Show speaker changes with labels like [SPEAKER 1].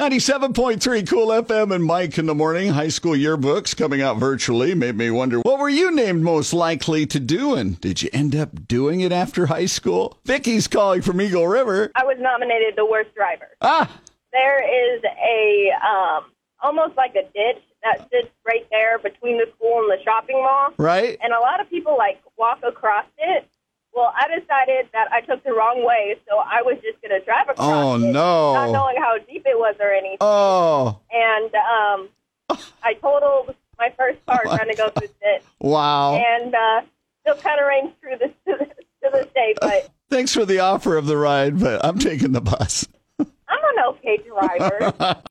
[SPEAKER 1] 97.3 Cool FM and Mike in the morning. High school yearbooks coming out virtually made me wonder what were you named most likely to do and did you end up doing it after high school? Vicky's calling from Eagle River.
[SPEAKER 2] I was nominated the worst driver.
[SPEAKER 1] Ah,
[SPEAKER 2] There is a um, almost like a ditch that sits right there between the school and the shopping mall,
[SPEAKER 1] right?
[SPEAKER 2] and a lot of people like walk across it. Well, I decided that I took the wrong way, so I was just going to drive across.
[SPEAKER 1] Oh,
[SPEAKER 2] it, Not
[SPEAKER 1] no.
[SPEAKER 2] knowing how deep it was or anything,
[SPEAKER 1] Oh,
[SPEAKER 2] and um, I totaled my first car trying to go through the ditch,
[SPEAKER 1] wow.
[SPEAKER 2] and uh, still kind of rains through this to this day. But
[SPEAKER 1] Thanks for the offer of the ride, but I'm taking the bus.
[SPEAKER 2] I'm an okay driver.